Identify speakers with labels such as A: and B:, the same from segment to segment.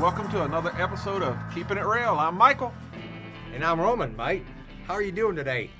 A: Welcome to another episode of Keeping It Real. I'm Michael.
B: And I'm Roman, mate. How are you doing today?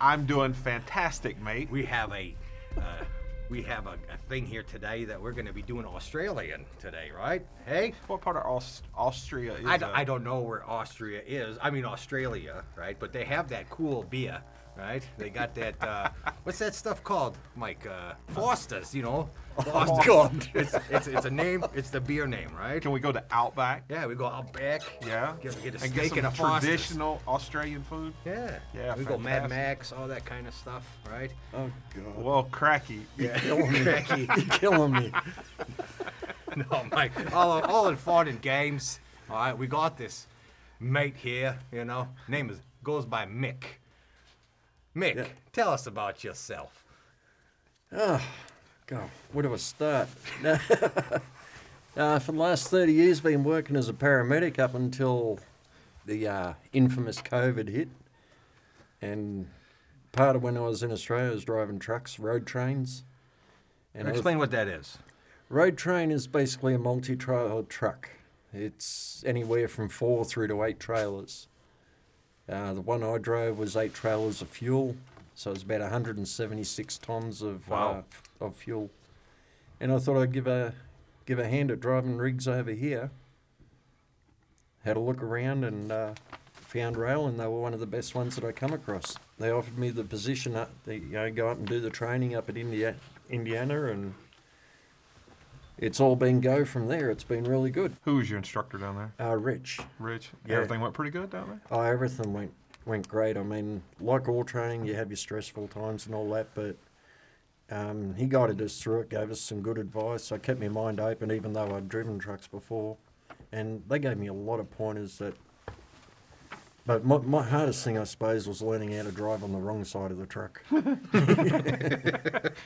A: I'm doing fantastic, mate.
B: We have a uh, we have a, a thing here today that we're going to be doing Australian today, right? Hey,
A: What part of Aus- Austria is
B: I, d-
A: uh,
B: I don't know where Austria is. I mean Australia, right? But they have that cool beer, right? They got that uh, what's that stuff called, Mike? Uh, Foster's, you know?
A: Oh,
B: Foster's.
C: God.
B: It's, it's it's a name. It's the beer name, right?
A: Can we go to Outback?
B: Yeah, we go out back.
A: Yeah.
B: Get, get a
A: and
B: steak
A: get some
B: and a Foster's.
A: traditional Australian food.
B: Yeah.
A: Yeah,
B: We go Mad
A: fantastic.
B: Max, all that kind of stuff, right?
C: Oh God.
A: Well, cracky.
B: Yeah.
C: killing me.
B: Cracky.
C: You're killing me.
B: No, mate. All, all in fun and games. All right, we got this mate here, you know. Name is goes by Mick. Mick,
C: Yeah.
B: tell us about yourself.
C: God, where do I start? uh, for the last 30 years, been working as a paramedic up until the uh, infamous COVID hit. And part of when I was in Australia, I was driving trucks, road trains. And I was-
B: Explain what that is.
C: Road train is basically a multi trailer truck. It's anywhere from four through to eight trailers. Uh, the one I drove was eight trailers of fuel, so it's about 176 tons of
B: Wow.
C: uh, f- of fuel. And I thought I'd give a give a hand at driving rigs over here. Had a look around and uh, found rail, and they were one of the best ones that I come across. They offered me the position up, the, you know, go up and do the training up at India, Indiana, and it's all been go from there. It's been really good.
A: Who was your instructor down there?
C: Uh, Rich,
A: Rich.
C: Yeah.
A: Everything went pretty good down there.
C: oh, everything went went great. I mean, like all training, you have your stressful times and all that, but um, he guided us through it, gave us some good advice. I kept my mind open, even though I'd driven trucks before, and they gave me a lot of pointers that. But my, my hardest thing, I suppose, was learning how to drive on the wrong side of the truck.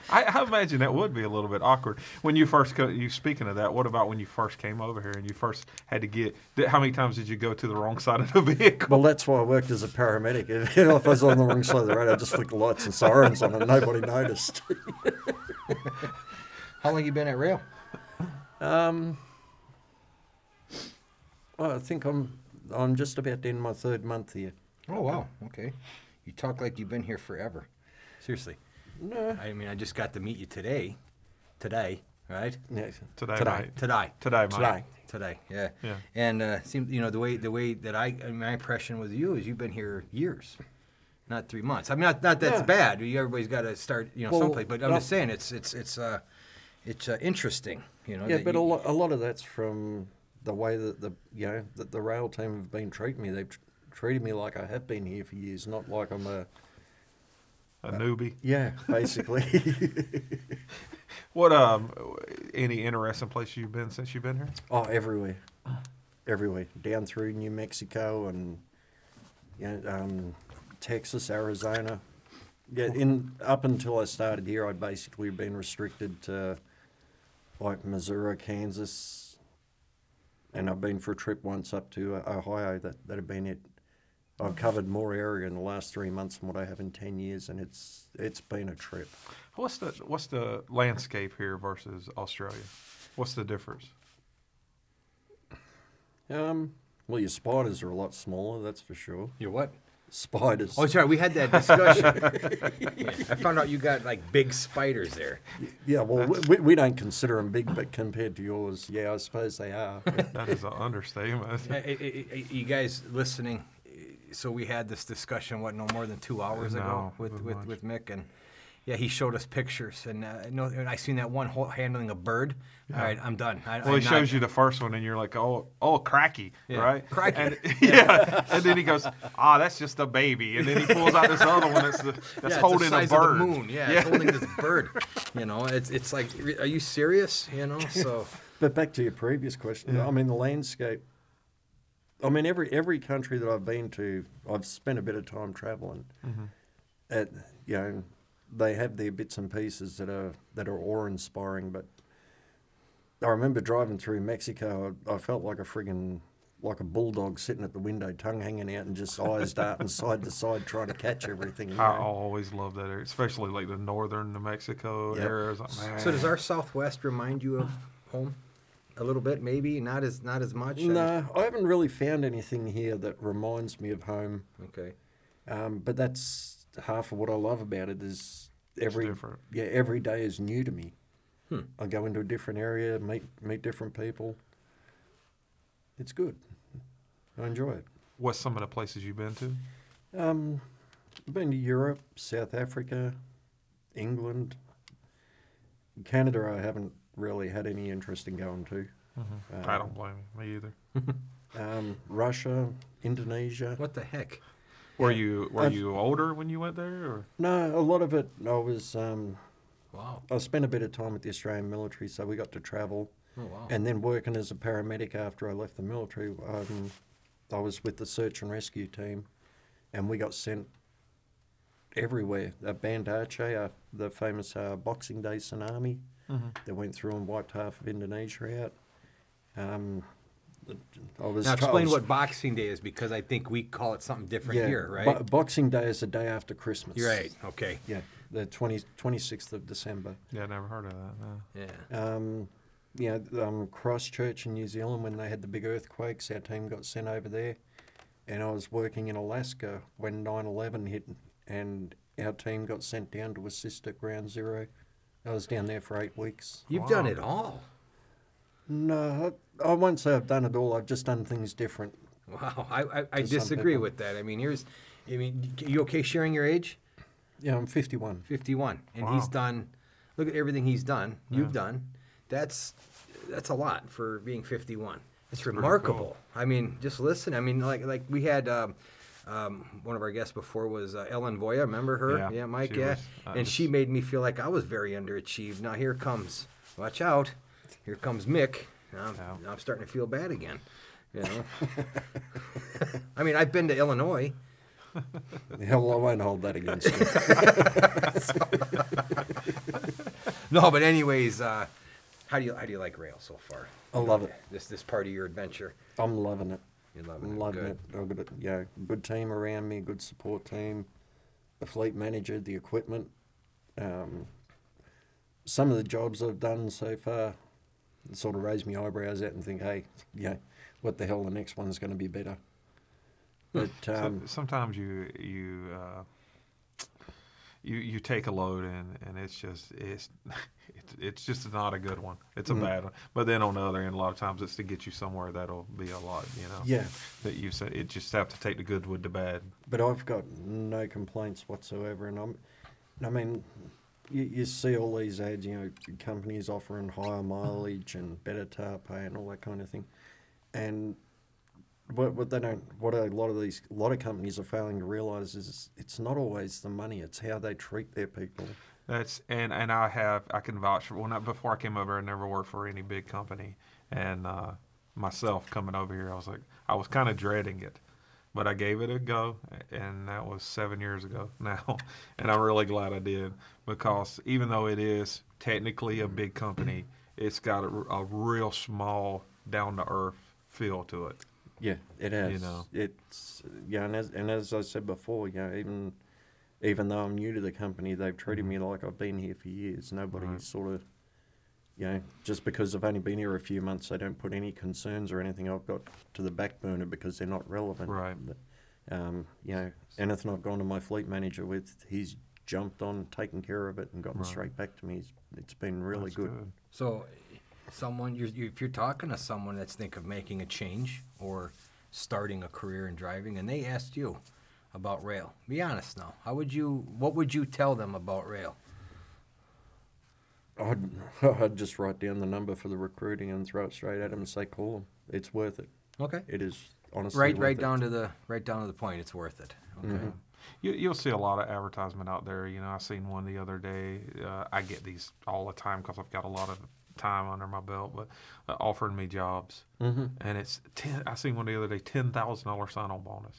A: I, I imagine that would be a little bit awkward when you first go. You speaking of that, what about when you first came over here and you first had to get? Did, how many times did you go to the wrong side of the vehicle?
C: Well, that's why I worked as a paramedic. If I was on the wrong side of the road, I just flicked the lights and sirens on, and nobody noticed.
B: How long you been at rail?
C: Um, well, I think I'm I'm just about to end my third month here.
D: Oh wow. Okay. You talk like you've been here forever.
B: Seriously.
C: No.
B: I mean, I just got to meet you today. Today, right?
C: Yeah.
A: Today,
C: Today.
A: Mike.
B: Today.
A: Today, Mike.
C: Today.
B: Today. Yeah.
A: Yeah.
B: And uh seems you know the way the way that I my impression with you is you've been here years. Not three months. I mean, not, not that's
C: Yeah.
B: bad. You- Everybody's got to start, you know,
C: Well,
B: someplace. But I'm
C: no.
B: just saying, it's it's it's uh, it's uh, interesting, you know.
C: Yeah,
B: that
C: but a
B: you-
C: lot, a lot of that's from the way that the you know that the rail team have been treating me. They've tr- treated me like I have been here for years, not like I'm a
A: A newbie.
C: yeah, basically.
A: What um, any interesting place you've been since you've been here?
C: oh, everywhere, everywhere down through New Mexico and you know, um, Texas, Arizona. Yeah, in up until I started here, I'd basically been restricted to like Missouri, Kansas, and I've been for a trip once up to uh, Ohio. That that had been it. I've covered more area in the last three months than what I have in ten years, and it's it's been a trip.
A: What's the what's the landscape here versus Australia? What's the difference?
C: Um, well, your spiders are a lot smaller, that's for sure.
B: You're what?
C: Spiders.
B: Oh, sorry, we had that discussion. Yeah, I found out you got like big spiders there.
C: Yeah, well, we, we- we don't consider them big, but compared to yours, yeah, I suppose they are.
A: That is an understatement.
B: Uh, i- i- i- you guys listening? uh, So we had this discussion what no more than two hours ago
A: No,
B: with
A: not
B: with,
A: much.
B: with Mick and Yeah, he showed us pictures, and uh, no, and I seen that one ho- handling a bird. All right, I'm done. I,
A: Well,
B: I'm
A: he
B: not-
A: shows you the first one, and you're like, "Oh, oh, cracky,
B: Yeah.
A: right?"
B: Cracky.
A: And, yeah, and then he goes, "Ah, that's just a baby," and then he pulls out this other one that's the,
B: Yeah,
A: that's
B: it's the
A: holding
B: size
A: a
B: of the
A: bird.
B: moon. Yeah, it's holding this bird. You know, it's it's like, re- are you serious? You know, so
C: But back to your previous question, I mean the landscape. I mean every every country that I've been to, I've spent a bit of time traveling. At you know, they have their bits and pieces that are that are awe inspiring. But I remember driving through Mexico, I, I felt like a friggin' like a bulldog sitting at the window, tongue hanging out, and just eyes darting side to side, trying to catch everything. you
A: I
C: know.
A: always love that area, especially like the northern New Mexico
C: Yep.
A: areas. Like, man.
B: so does our Southwest remind you of home a little bit? Maybe not as not as much. and-
C: No, I haven't really found anything here that reminds me of home.
B: Okay.
C: Um, but that's half of what I love about it is every
A: different.
C: yeah every day is new to me. I go into a different area, meet meet different people. It's good. I enjoy it.
A: what's some of the places you've been to?
C: Um, I've been to Europe, South Africa, England, Canada. I haven't really had any interest in going to.
B: Uh,
A: I don't blame you. me either.
C: Um, Russia, Indonesia.
B: What the heck?
A: Were you were
C: I've-
A: you older when you went there? Or?
C: No, a lot of it. I was um,
B: Wow.
C: I spent a bit of time with the Australian military, so we got to travel.
B: Oh wow.
C: And then working as a paramedic after I left the military, um, I was with the search and rescue team, and we got sent everywhere. At Bandache, uh, the famous uh, Boxing Day tsunami
B: Mm-hmm.
C: that went through and wiped half of Indonesia out. Um, I was
B: now
C: I
B: explain
C: was-
B: what Boxing Day is because I think we call it something different
C: yeah,
B: here, right?
C: Bo- Boxing Day is the day after Christmas.
B: You're right. Okay.
C: Yeah, the 20, 26th of December.
A: Yeah, never heard of that. No.
B: Yeah.
C: um, you know, th- um, Christchurch in New Zealand when they had the big earthquakes, our team got sent over there. And I was working in Alaska when 9 11 hit, and our team got sent down to assist at Ground Zero. I was down there for eight weeks.
B: You've done
A: Wow.
B: it all.
C: No, I, I won't say I've done it all, I've just done things different.
B: Wow. I I, I
C: To some
B: disagree
C: people.
B: with that. I mean, here's, I mean, you okay sharing your age?
C: Yeah, I'm 51.
B: 51 and he's
A: Wow.
B: done look at everything he's done you've done that's that's a lot for being 51 it's remarkable i mean just listen i mean like like we had um, um, one of our guests before was uh, Ellen Voya. Remember her?
A: Yeah,
B: Mike.
A: she
B: Yeah,
A: was, uh,
B: and she
A: just-
B: made me feel like I was very underachieved. Now here comes, watch out, here comes Mick. Now I'm,
A: Yeah.
B: now I'm starting to feel bad again. You know, I mean, I've been to Illinois.
C: Hell, I won't hold that against you.
B: No, but anyways, uh, how do you how do you like rail so far?
C: I love it.
B: This this part of your adventure.
C: I'm loving it.
B: You're loving
C: I'm
B: it,
C: loving
B: good.
C: it. I've got a yeah, good team around me, good support team, the fleet manager, the equipment. Um, some of the jobs I've done so far sort of raise my eyebrows out and think, hey, yeah, what the hell? The next one's going to be better. But
A: So-
C: um,
A: sometimes you you uh, you you take a load and and it's just it's it's, it's just not a good one. It's
C: Mm-hmm.
A: a bad one. But then on the other end, a lot of times it's to get you somewhere that'll be a lot. You know.
C: Yeah.
A: That you said it just have to take the good with the bad.
C: but I've got no complaints whatsoever, and I'm, I mean, you, you see all these ads, you know, companies offering higher mileage and better tar pay and all that kind of thing, and what what they don't, what a lot of these, a lot of companies are failing to realise is it's not always the money, it's how they treat their people.
A: That's and and I have I can vouch for. Well, not before I came over, I never worked for any big company, and uh, myself coming over here, I was like I was kind of dreading it, but I gave it a go, and that was seven years ago now, and I'm really glad I did because even though it is technically a big company, it's got a, a real small down to earth feel to it.
C: Yeah, it has.
A: know.
C: It's yeah, and as and as I said before, you know, even even though I'm new to the company, they've treated
A: Mm-hmm.
C: me like I've been here for years. Nobody sort of, you know, just because I've only been here a few months, they don't put any concerns or anything I've got to the back burner because they're not relevant.
A: Right.
C: Um, you know, anything I've gone to my fleet manager with, he's jumped on, taken care of it, and gotten straight back to me. It's, it's been really
A: That's
C: good.
B: So, someone you're, you if you're talking to someone that's think of making a change or starting a career in driving, and they asked you about rail, be honest now. How would you? What would you tell them about rail?
C: I'd, I'd just write down the number for the recruiting and throw it straight at him and say, call him. It's worth it.
B: Okay.
C: It is honestly
B: Right,
C: worth
B: right
C: it. Mm-hmm.
B: down to the right down to the point. It's worth it. Okay.
A: You, you'll see a lot of advertisement out there. You know, I seen one the other day. Uh, I get these all the time because I've got a lot of time under my belt, but uh, offering me jobs. Mm-hmm. And it's ten. I seen one the other day, ten thousand dollar sign on bonus.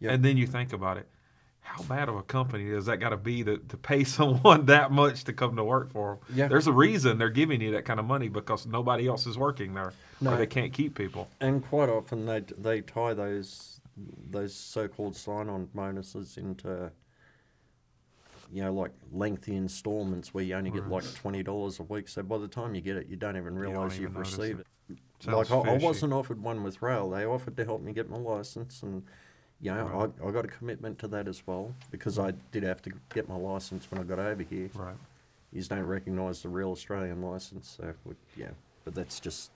C: Yeah.
A: And then you think about it. How bad of a company does that got to be to, to pay someone that much to come to work for them?
C: Yeah.
A: There's a reason they're giving you that kind of money because nobody else is working there,
C: No.
A: or they can't keep people.
C: And quite often they they tie those those so-called sign-on bonuses into you know like lengthy installments where you only get like twenty dollars a week. So by the time you get it, you don't even
A: don't
C: realize
A: even
C: you've
A: notice
C: received
A: it.
C: it.
A: Sounds
C: like I, I
A: fishy.
C: wasn't offered one with rail. They offered to help me get my license, and you know I, I got a commitment to that as well because I did have to get my license when I got over here.
A: Right.
C: You just don't recognise the real Australian license. So we- yeah, but that's just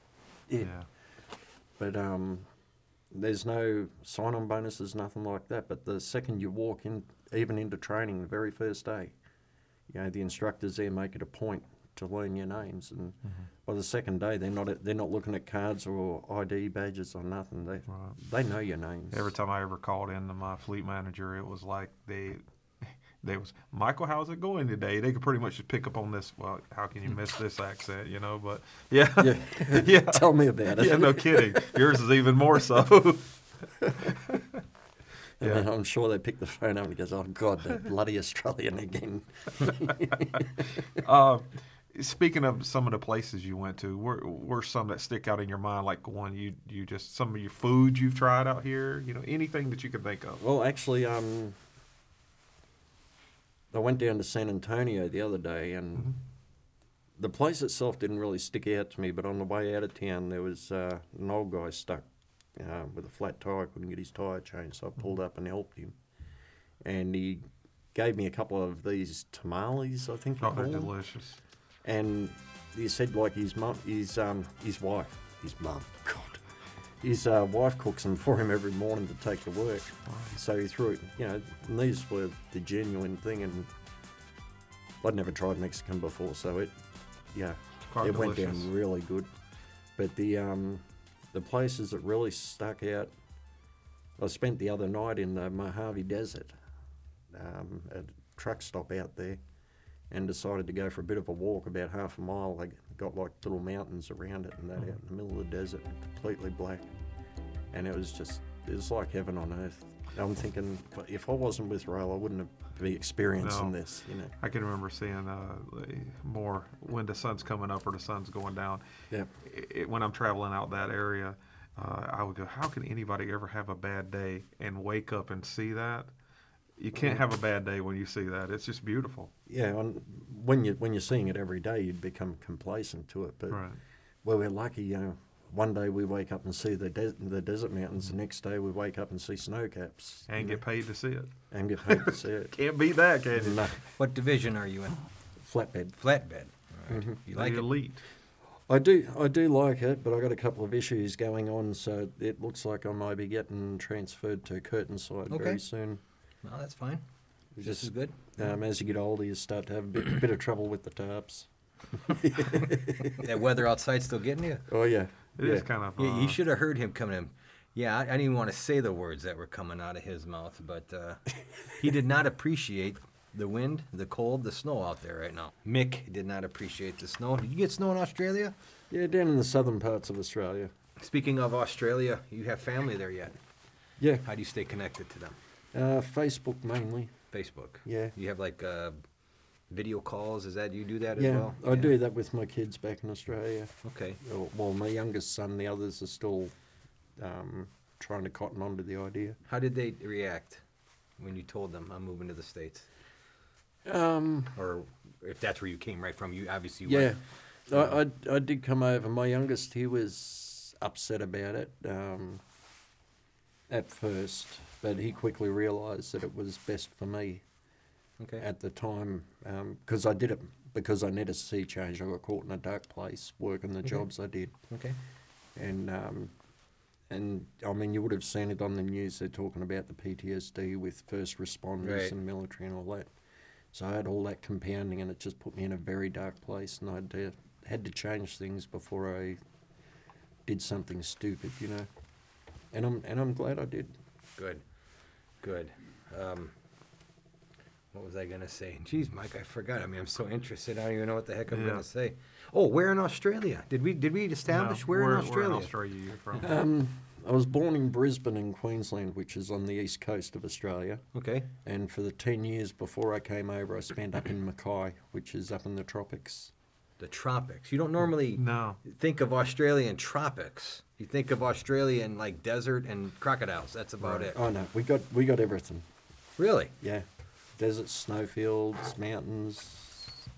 C: it.
A: Yeah.
C: But um, there's no sign-on bonuses, nothing like that. But the second you walk in, even into training, the very first day, you know the instructors there make it a point to learn your names, and
A: Mm-hmm.
C: by the second day, they're not they're not looking at cards or ID badges or nothing. They they know your names.
A: Every time I ever called in to my fleet manager, it was like they, they was Michael, how's it going today? They could pretty much just pick up on this. Well, how can you miss this accent? You know, but yeah, yeah, yeah.
C: Tell me about it.
A: no kidding. Yours is even more so.
C: And then I'm sure they pick the phone up and goes, "Oh God, that bloody Australian again."
A: uh, speaking of some of the places you went to, were were some that stick out in your mind? Like one you you just some of your food you've tried out here. You know, anything that you could think of.
C: Well, actually, um, I went down to San Antonio the other day, and the place itself didn't really stick out to me. But on the way out of town, there was uh, an old guy stuck uh, with a flat tire, couldn't get his tire changed, so I pulled up and helped him, and he gave me a couple of these tamales, I think. you
A: Oh, they're
C: call them
A: delicious.
C: and he said like his mum, his um, his wife, his mum, God, his uh, wife cooks them for him every morning to take to work. So he threw it, you know, and these were the genuine thing, and I'd never tried Mexican before, so it, yeah,
A: Quite
C: it went
A: delicious.
C: down really good. But the um, the places that really stuck out, I spent the other night in the Mojave Desert um, at a truck stop out there and decided to go for a bit of a walk about half a mile. They got like little mountains around it and that out in the middle of the desert, completely black. And it was just, it was like heaven on earth. I'm thinking, "But if I wasn't with rail, I wouldn't have be experiencing
A: No.
C: this, you know.
A: I can remember seeing uh, more when the sun's coming up or the sun's going down.
C: Yeah.
A: It, when I'm traveling out that area, uh, I would go, how can anybody ever have a bad day and wake up and see that? You can't have a bad day when you see that. It's just beautiful.
C: Yeah, and when you when you're seeing it every day, you'd become complacent to it. But
A: Right.
C: well, we're lucky, you know. One day we wake up and see the des the desert mountains. The next day we wake up and see snow caps
A: And get paid to see it.
C: and get paid to see it.
A: Can't beat that, can you?
C: No,
B: What division are you in?
C: flatbed.
B: Flatbed. All
C: Mm-hmm.
B: right. You
A: The
B: like it?
A: elite.
C: I do, I do like it, but I got a couple of issues going on, so it looks like I might be getting transferred to Curtainside
B: Okay.
C: very soon.
B: No, that's fine.
C: It's
B: This is good.
C: Um, as you get older, you start to have a bit, bit of trouble with the tarps.
B: that weather outside's still getting you.
C: Oh yeah,
A: It is
C: yeah.
A: kind of.
B: You,
A: uh,
C: Uh-huh.
B: you should have heard him coming in. Yeah, I, I didn't want to say the words that were coming out of his mouth, but uh, he did not appreciate the wind, the cold, the snow out there right now. Mick did not appreciate the snow. Did you get snow in Australia?
C: yeah, down in the southern parts of Australia.
B: Speaking of Australia, you have family there yet.
C: Yeah,
B: How do you stay connected to them?
C: uh, Facebook mainly.
B: Facebook.
C: Yeah.
B: You have like uh, video calls. Is that you do that as
C: yeah,
B: well?
C: I do that with my kids back in Australia.
B: Okay.
C: Well, well, my youngest son, the others are still um, trying to cotton on to the idea.
B: How did they react when you told them I'm moving to the states?
C: Um,
B: Or if that's where you came right from, you obviously
C: Yeah,
B: went.
C: I, I I did come over. My youngest, he was upset about it um, at first, but he quickly realised that it was best for me
B: Okay.
C: at the time because I did it because I needed a sea change. I got caught in a dark place working the jobs I did,
B: okay.
C: and um, and I mean you would have seen it on the news. They're talking about the PTSD with first responders
B: Right.
C: and military and all that. So I had all that companding, and it just put me in a very dark place. And I had to, had to change things before I did something stupid, you know. And I'm and I'm glad I did.
B: Good. Good. Um, what was I going to say? Geez, Mike, I forgot. I mean, I'm so interested. I don't even know what the heck I'm
A: Yeah.
B: going to say. Oh, where in Australia? Did we did we establish
A: No,
B: where
A: we're-
B: in Australia?
A: We're in Australia you're from.
C: I was born in Brisbane in Queensland, which is on the east coast of Australia.
B: Okay.
C: And for the 10 years before I came over, I spent up in Mackay, which is up in the tropics.
B: The tropics. You don't normally
A: No.
B: think of Australian tropics. You think of Australian like desert and crocodiles. That's about it.
C: Oh no, we got we got everything.
B: Really?
C: Yeah, deserts, snowfields, mountains.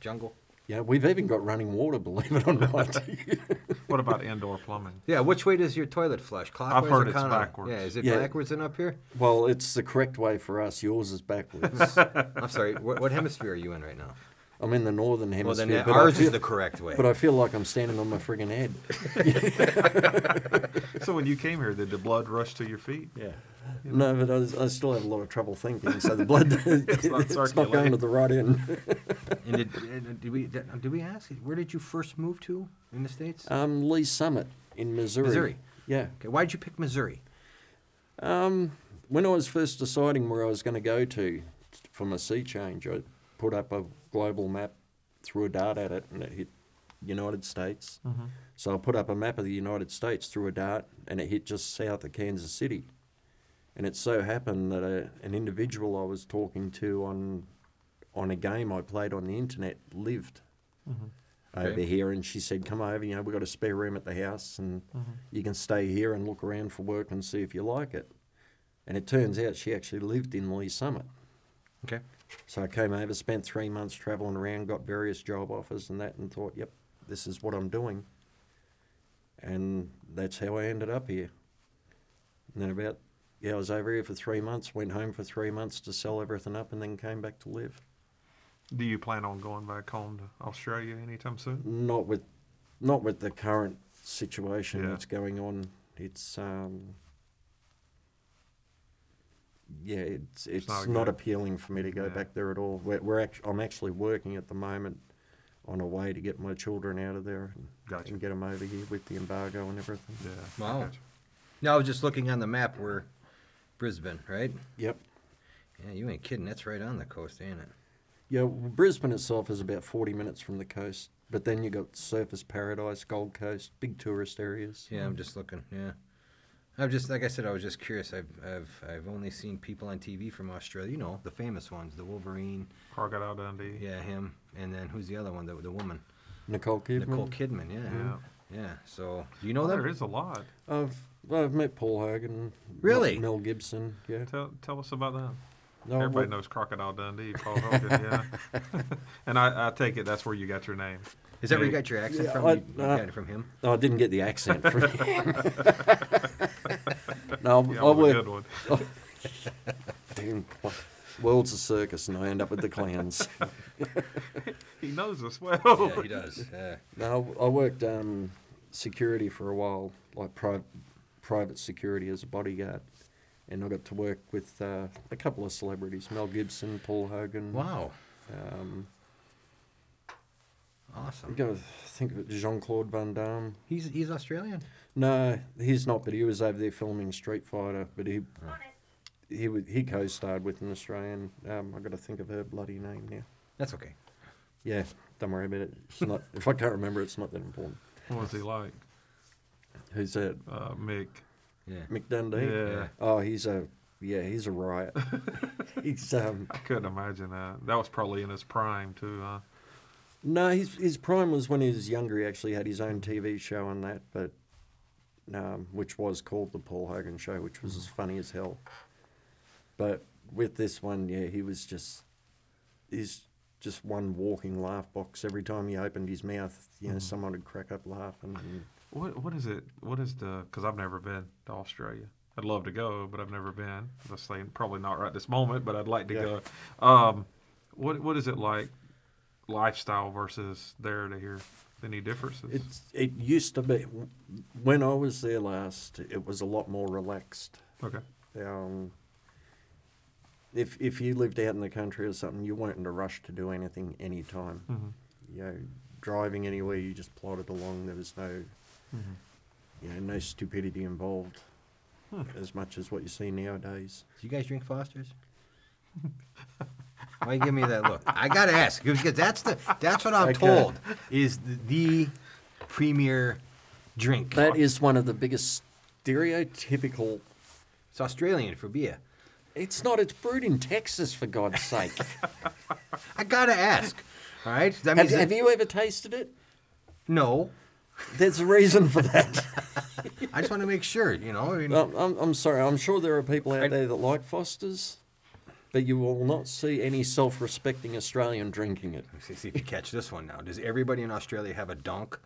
B: Jungle.
C: Yeah, we've even got running water. Believe it or not.
A: What about indoor plumbing?
B: Yeah, which way does your toilet flush? Clockwise
A: heard
B: or
A: it's
B: counterwise?
A: backwards.
B: Yeah, is it
C: Yeah.
B: backwards and up here?
C: well, it's the correct way for us. Yours is backwards.
B: I'm sorry. What, what hemisphere are you in right now?
C: I'm in the northern
B: Well,
C: hemisphere.
B: then that,
C: but I
B: ours
C: feel-
B: is the correct way.
C: But I feel like I'm standing on my friggin' head.
A: So when you came here, did the blood rush to your feet?
C: Yeah. No, but I, was- I still have a lot of trouble thinking, so the blood it's,
A: not
C: not
A: circulating.
C: going to the right end.
B: And did, and uh, did we did, did we ask where did you first move to in the states?
C: Um, Lee Summit in Missouri.
B: Missouri.
C: Yeah.
B: okay, why would you pick Missouri?
C: when I was first deciding where I was going to go to for my sea change, I put up a global map, threw a dart at it, and it hit United States. So I put up a map of the United States, threw a dart, and it hit just south of Kansas City. And it so happened that a, an individual I was talking to on on a game I played on the internet lived over
B: Okay.
C: here, and she said, "Come over. You know, we've got a spare room at the house, and you can stay here and look around for work and see if you like it." And it turns out she actually lived in Lee Summit.
B: Okay,
C: So I came over, spent three months traveling around, got various job offers and that, and thought, "Yep, this is what I'm doing." And that's how I ended up here. And then about yeah, I was over here for three months, went home for three months to sell everything up, and then came back to live.
A: Do you plan on going back home to Australia anytime soon?
C: not with not with the current situation
A: Yeah.
C: that's going on. It's um, yeah, it's it's,
A: not
C: not,
A: good.
C: appealing for me to go
A: Yeah.
C: back there at all. We're, we're act- I'm actually working at the moment on a way to get my children out of there and,
A: Gotcha.
C: and get them over here with the embargo and everything.
A: Yeah. I
B: Wow.
A: got you.
B: now I was just looking on the map where Brisbane, right?
C: Yep.
B: Yeah, you ain't kidding. That's right on the coast, ain't it?
C: Yeah, well, Brisbane itself is about 40 minutes from the coast, but then you got Surface Paradise, Gold Coast, big tourist areas.
B: Yeah, I'm just looking. Yeah, I'm just like I said. I was just curious. I've I've I've only seen people on TV from Australia. You know, the famous ones, the Wolverine.
A: Crocodile Dundee.
B: Yeah, him. And then who's the other one? The the woman,
C: Nicole Kidman. Oh,
B: Nicole Kidman. Yeah.
A: Yeah.
B: Yeah. So do you know
A: Well,
B: that?
A: there is a lot.
C: I've I've met Paul Hogan.
B: Really?
C: Mel Gibson. Yeah.
A: Tell, tell us about that.
C: No,
A: Everybody
C: Oh, well,
A: knows Crocodile Dundee, Paul Hogan, yeah. and I, I take it that's where you got your name.
B: Is that where you
A: Yeah.
B: got your accent
C: Yeah,
B: from?
C: I-
B: you, you
C: uh,
B: got it from him.
C: no, I didn't get the accent from him. no,
A: Yeah, it was
C: I
A: a
C: work.
A: good one.
C: Damn, cl- world's a circus, and I end up with the clowns.
A: He knows us
C: Oh.
A: well.
B: Yeah, he does. Yeah.
C: no, I worked um, security for a while, like pri- private security as a bodyguard, and I got to work with uh, a couple of celebrities: Mel Gibson, Paul Hogan.
B: Wow.
C: Um, I'm
B: Awesome.
C: going to think of it. Jean Claude Van Damme.
B: He's he's Australian.
C: No, he's not. But he was over there filming Street Fighter. But he he wa- he co-starred with an Australian. Um, I got to think of her bloody name now.
B: That's okay.
C: Yeah, don't worry about it. It's not. if I can't remember, it's not that important.
A: What was he like?
C: Who's that?
A: Uh, Mick.
B: Yeah.
C: McDundee.
A: Yeah.
C: Oh, he's a yeah. He's a riot. he's um.
A: I couldn't imagine that. That was probably in his prime, too, huh?
C: No, his his prime was when he was younger. He actually had his own TV show on that, but um, which was called the Paul Hogan Show, which was as funny as hell. But with this one, yeah, he was just he's just one walking laugh box. Every time he opened his mouth, you know, someone would crack up laughing. and-
A: What What is it? What is the? Because I've never been to Australia. I'd love to go, but I've never been. I'm saying probably not right this moment, but I'd like to
C: Yeah.
A: go. Um, what What is it like? Lifestyle versus there to here. Any differences?
C: It's it used to be when I was there last. It was a lot more relaxed.
A: okay.
C: um, if if you lived out in the country or something, you weren't in a rush to do anything anytime. You know, driving anywhere, you just plodded along. There was no, you know, no stupidity involved, as much as what you see nowadays.
D: Do you guys drink Foster's?
B: Why you give me that look? I gotta ask because that's the that's what I'm
C: Okay.
B: told is the, the premier drink.
C: That is one of the biggest stereotypical.
B: It's Australian for beer.
C: It's not. It's brewed in Texas, for God's sake.
B: I gotta ask. All right. That
C: have,
B: means
C: have you ever tasted it?
B: no.
C: There's a reason for that.
B: I just want to make sure. You know. I mean,
C: I'm, I'm, Um, I'm sorry. I'm sure there are people out there that like Foster's, but you will not see any self-respecting Australian drinking it.
B: see, see if you catch this one now. Does everybody in Australia have a donk?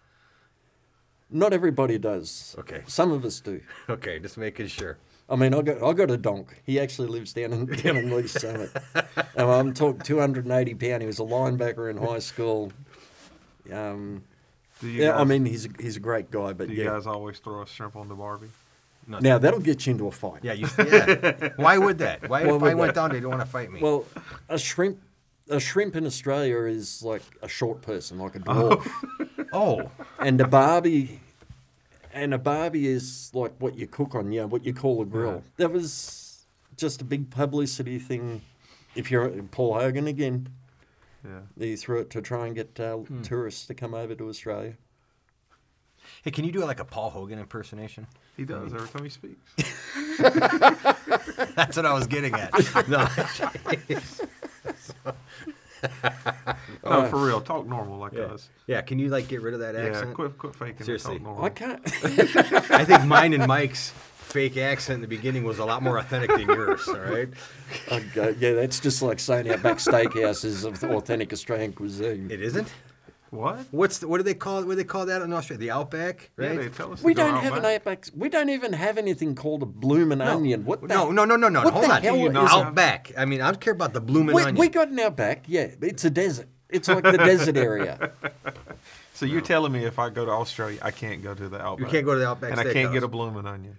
C: Not everybody does.
B: Okay.
C: Some of us do.
B: Okay, just making sure.
C: I mean, I got I got a donk. He actually lives down in down in Lee Summit. And I'm talking 280 pound. He was a linebacker in high school. Um,
A: Do you
C: yeah,
A: guys,
C: I mean, he's a, he's a great guy, but
A: do you
C: yeah.
A: guys always throw a shrimp on the Barbie?
C: Now that'll get you into a fight.
B: Yeah, you. Yeah. Why would that? Why,
C: Why
B: if
C: would
B: I went
C: that?
B: down, they'd want to fight me.
C: Well, a shrimp a shrimp in Australia is like a short person, like a dwarf.
B: oh,
C: and a Barbie, and a Barbie is like what you cook on, yeah, what you call a grill. That was just a big publicity thing. If you're Paul Hogan again,
A: Yeah.
C: he threw it to try and get uh,
B: Hmm.
C: tourists to come over to Australia.
B: hey, can you do like a Paul Hogan impersonation?
A: He does every time he speaks.
B: That's what I was getting at. No,
A: No, for real. Talk normal like us.
B: Oh. yeah, can you like get rid of that
A: Yeah,
B: accent?
A: quit, quit faking
B: Seriously.
A: and talk normal.
C: I can't.
B: I think mine and Mike's fake accent in the beginning was a lot more authentic than yours. All right,
C: I go, yeah, that's just like saying our back steakhouse is of authentic Australian cuisine.
B: it isn't.
A: What?
B: What's the, what do they call it? What do they call that in Australia? The Outback,
A: Yeah,
B: right?
A: they tell us to
C: we
A: go
C: don't
A: out
C: have an
A: back.
C: outback. We don't even have anything called a bloomin' onion. What? the-
B: Oh, no, no, no, no, no.
C: What
B: Hold
C: the
B: on.
C: hell is
A: not-
B: Outback. I mean, I don't care about the blooming
C: We,
B: onion.
C: we got an outback. Yeah, it's a desert. It's like the desert area.
A: So you're telling me if I go to Australia, I can't go to the Outback.
B: can't go to the Outback
A: And I can't get
B: Steakhouse.
A: a blooming onion.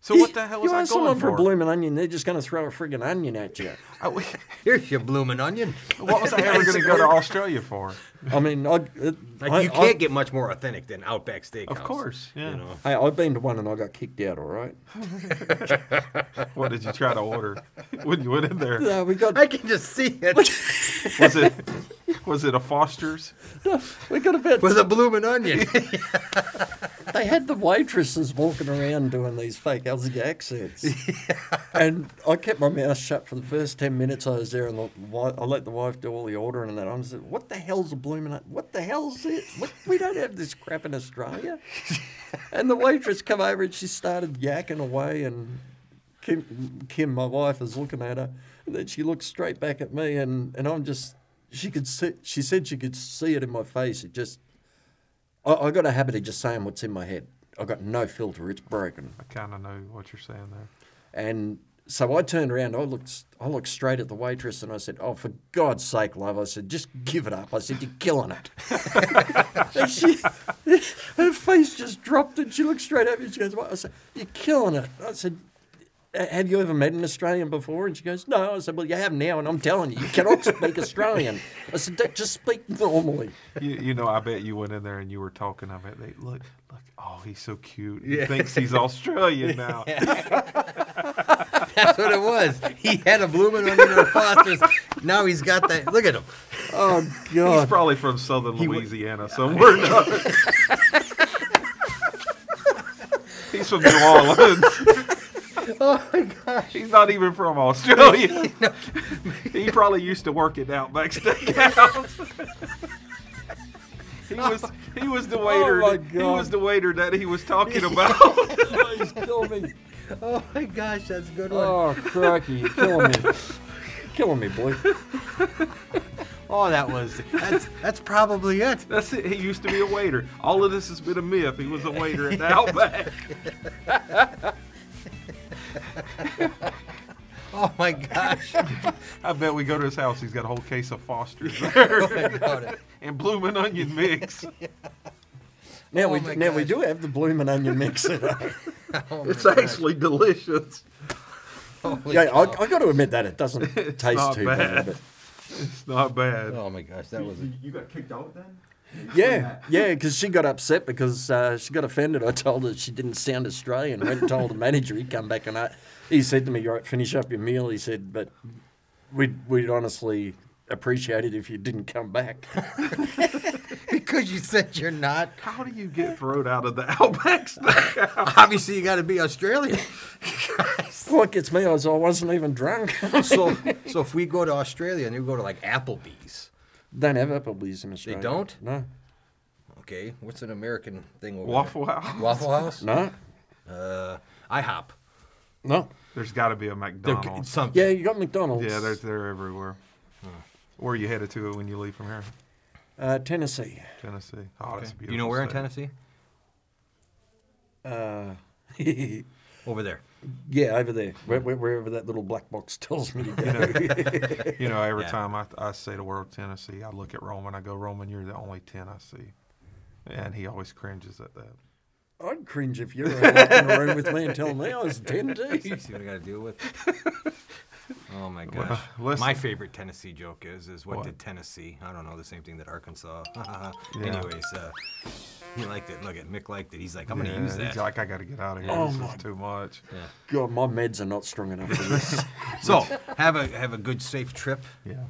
A: So what the hell
C: you
A: is I
C: ask someone
A: going
C: for
A: for?
C: a blooming onion, they're just going to throw a friggin' onion at you.
A: I-
B: Here's your blooming onion.
A: what was I ever going to go to Australia for?
C: I mean, I, it,
B: Like
C: I,
B: you
C: I,
B: can't get much more authentic than Outback Steakhouse.
A: Of course. Yeah.
B: You know.
C: Hey, I've been to one and I got kicked out. All right.
A: What did you try to order when you went in there?
C: No, Uh, we got
B: I can just see it.
A: Was it was it a Foster's?
C: we got about.
B: With a blooming onion.
C: They had the waitresses walking around doing these fake Aussie accents, and I kept my mouth shut for the first ten minutes I was there, and the, wi- I let the wife do all the ordering and that. I said, "What the hell's a blooming? onion? What the hell's it? What, we don't have this crap in Australia." and the waitress come over and she started yakking away, and Kim, Kim, my wife, is looking at her, and then she looks straight back at me, and, and I'm just. She could see. She said she could see it in my face. It just I, I got a habit of just saying what's in my head. I got no filter. It's broken.
A: I kind of know what you're saying there.
C: And so I turned around. I looked. I looked straight at the waitress and I said, "Oh, for God's sake, love!" I said, "Just give it up." I said, "You're killing it." and she, her face just dropped, and she looked straight at me. And she goes, "What?" I said, "You're killing it." I said. "Ha- Have you ever met an Australian before? And she goes, No. I said, Well, you have now, and I'm telling you, you cannot speak Australian. I said, "Don't- Just speak normally.
A: You, you know, I bet you went in there and you were talking. I bet they look, look. Oh, he's so cute. He thinks he's Australian now.
B: That's what it was. He had a blooming onion at Foster's. Now he's got that. Look at him.
C: Oh,
A: He's
C: God.
A: probably from southern Louisiana somewhere. he's from New Orleans.
B: Oh my God.
A: He's not even from Australia. he probably used to work it out backstage. he was he was the waiter.
C: my
A: he
C: God.
A: was the waiter that he was talking about.
C: He's killing me.
B: Oh my gosh, that's a good one. Oh,
C: Oh, crikey, you're killing me. killing me, boy. oh,
B: that was. That's that's probably it.
A: That's it. He used to be a waiter. All of this has been a myth. He was a waiter at the Outback.
B: Oh my gosh.
A: I bet we go to his house. He's got a whole case of Foster's there
B: Got it.
A: and bloomin' onion mix.
C: Now
B: Oh
C: we
B: my
C: now we
B: gosh.
C: do have the bloomin' onion mixer.
A: It's actually delicious.
C: yeah, I, I got to admit that it doesn't taste
A: not
C: too
A: bad.
C: bad. but-
A: It's not bad.
D: Oh my gosh, that was. a-
E: You got kicked out then?
C: Yeah, yeah, because she got upset because uh, she got offended. I told her she didn't sound Australian. Went and told the manager. He come back and I, he said to me, "Right, finish up your meal." He said, "But we'd we'd honestly appreciate it if you didn't come back."
D: Because you said you're not.
A: How do you get thrown out of the Outback Steakhouse?
B: Obviously, you got to be Australian.
C: what gets me is I wasn't even drunk.
B: so, so if we go to Australia and we go to like Applebee's,
C: don't have Applebee's in Australia.
B: don't?
C: No,
D: Okay, what's an American thing? Over
A: Waffle House.
D: There? Waffle House.
C: no,
B: uh, IHOP,
C: no.
A: There's got to be a
B: they're-
A: McDonald's.
B: something.
C: Yeah, you got McDonald's.
A: Yeah, they're, they're everywhere. Where are you headed to when you leave from here?
C: uh, Tennessee.
A: Tennessee. Oh, that's a beautiful.
B: you know where in
A: state.
B: Tennessee?
C: yeah,
B: Over there.
C: over there, where, where, wherever that little black box tells me to go.
A: You know, every
B: Yeah.
A: time I, I say the word Tennessee, I look at Roman. I go, Roman, you're the only 10 I see. And he always cringes at that.
C: I'd cringe if you were in a room with me and tell me I was ten
B: You
C: too.
B: see what I got to deal with? Oh my gosh!
A: listen.
B: My favorite Tennessee joke is is what,
A: What?
B: did Tennessee? I don't know the same thing that Arkansas. Anyways, uh, he liked it. Look at Mick liked it. He's like, I'm
A: Yeah,
B: gonna use
A: he's
B: that.
A: like, I got to get out of here.
C: Oh
A: this
C: my-
A: is too much.
B: Yeah.
C: God, my meds are not strong enough for this.
B: So have a have a good safe trip
A: Yeah.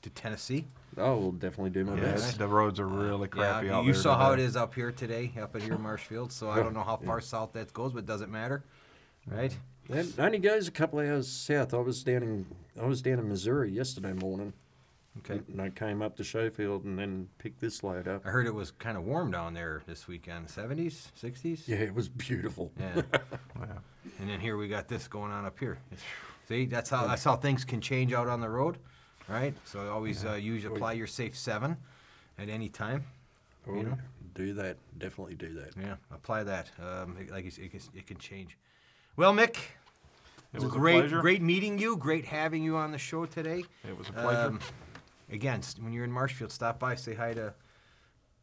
B: to Tennessee.
C: I will definitely do my
A: Yes,
C: best.
A: the roads are really crappy
B: Yeah,
A: out
B: you
A: there
B: saw how it
A: today.
B: is up here today, up at here in Marshfield. So I don't know how far south that goes, but it doesn't matter, right?
C: It only goes a couple of hours south. I was down in I was down in Missouri yesterday morning,
B: Okay.
C: and I came up to Schofield and then picked this load up.
B: I heard it was kind of warm down there this weekend, 70s, 60s.
C: Yeah, it was beautiful.
B: Yeah.
A: Yeah.
B: and then here we got this going on up here. It's- See, that's how that's how things can change out on the road, right? So always uh, use apply your safe seven at any time.
C: Oh, Do that, definitely do that.
B: Yeah, apply that. Um, it- like you said, it can, it can change. Well, Mick,
A: It was a
B: great,
A: pleasure.
B: great meeting you. Great having you on the show today.
A: It was a pleasure.
B: Um, again, s- when you're in Marshfield, stop by, say hi to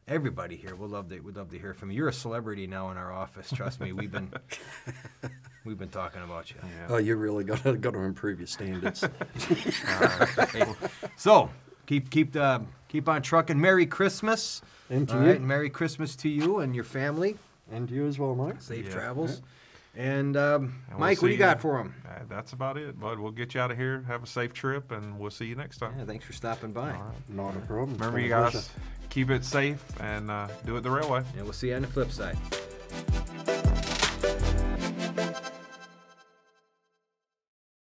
B: everybody here. We'll love to we'd love to hear from you. You're a celebrity now in our office. Trust me, we've been we've been talking about you.
C: Oh, you really got to got to improve your standards.
B: So keep keep uh, keep on trucking. Merry Christmas.
C: And to
B: All
C: you.
B: right, Merry Christmas to you and your family.
C: and you as well, Mike.
B: Safe
A: Yeah.
B: travels. And, um,
A: And we'll
B: Mike, what do
A: see
B: you got for him?
A: Uh, that's about it, bud. We'll get you out of here. Have a safe trip, and we'll see you next time.
B: Yeah, thanks for stopping by.
C: Not a problem.
A: Remember,
C: My
A: you
C: pleasure.
A: guys, keep it safe and uh, do it the railway.
B: And we'll see you on the flip side.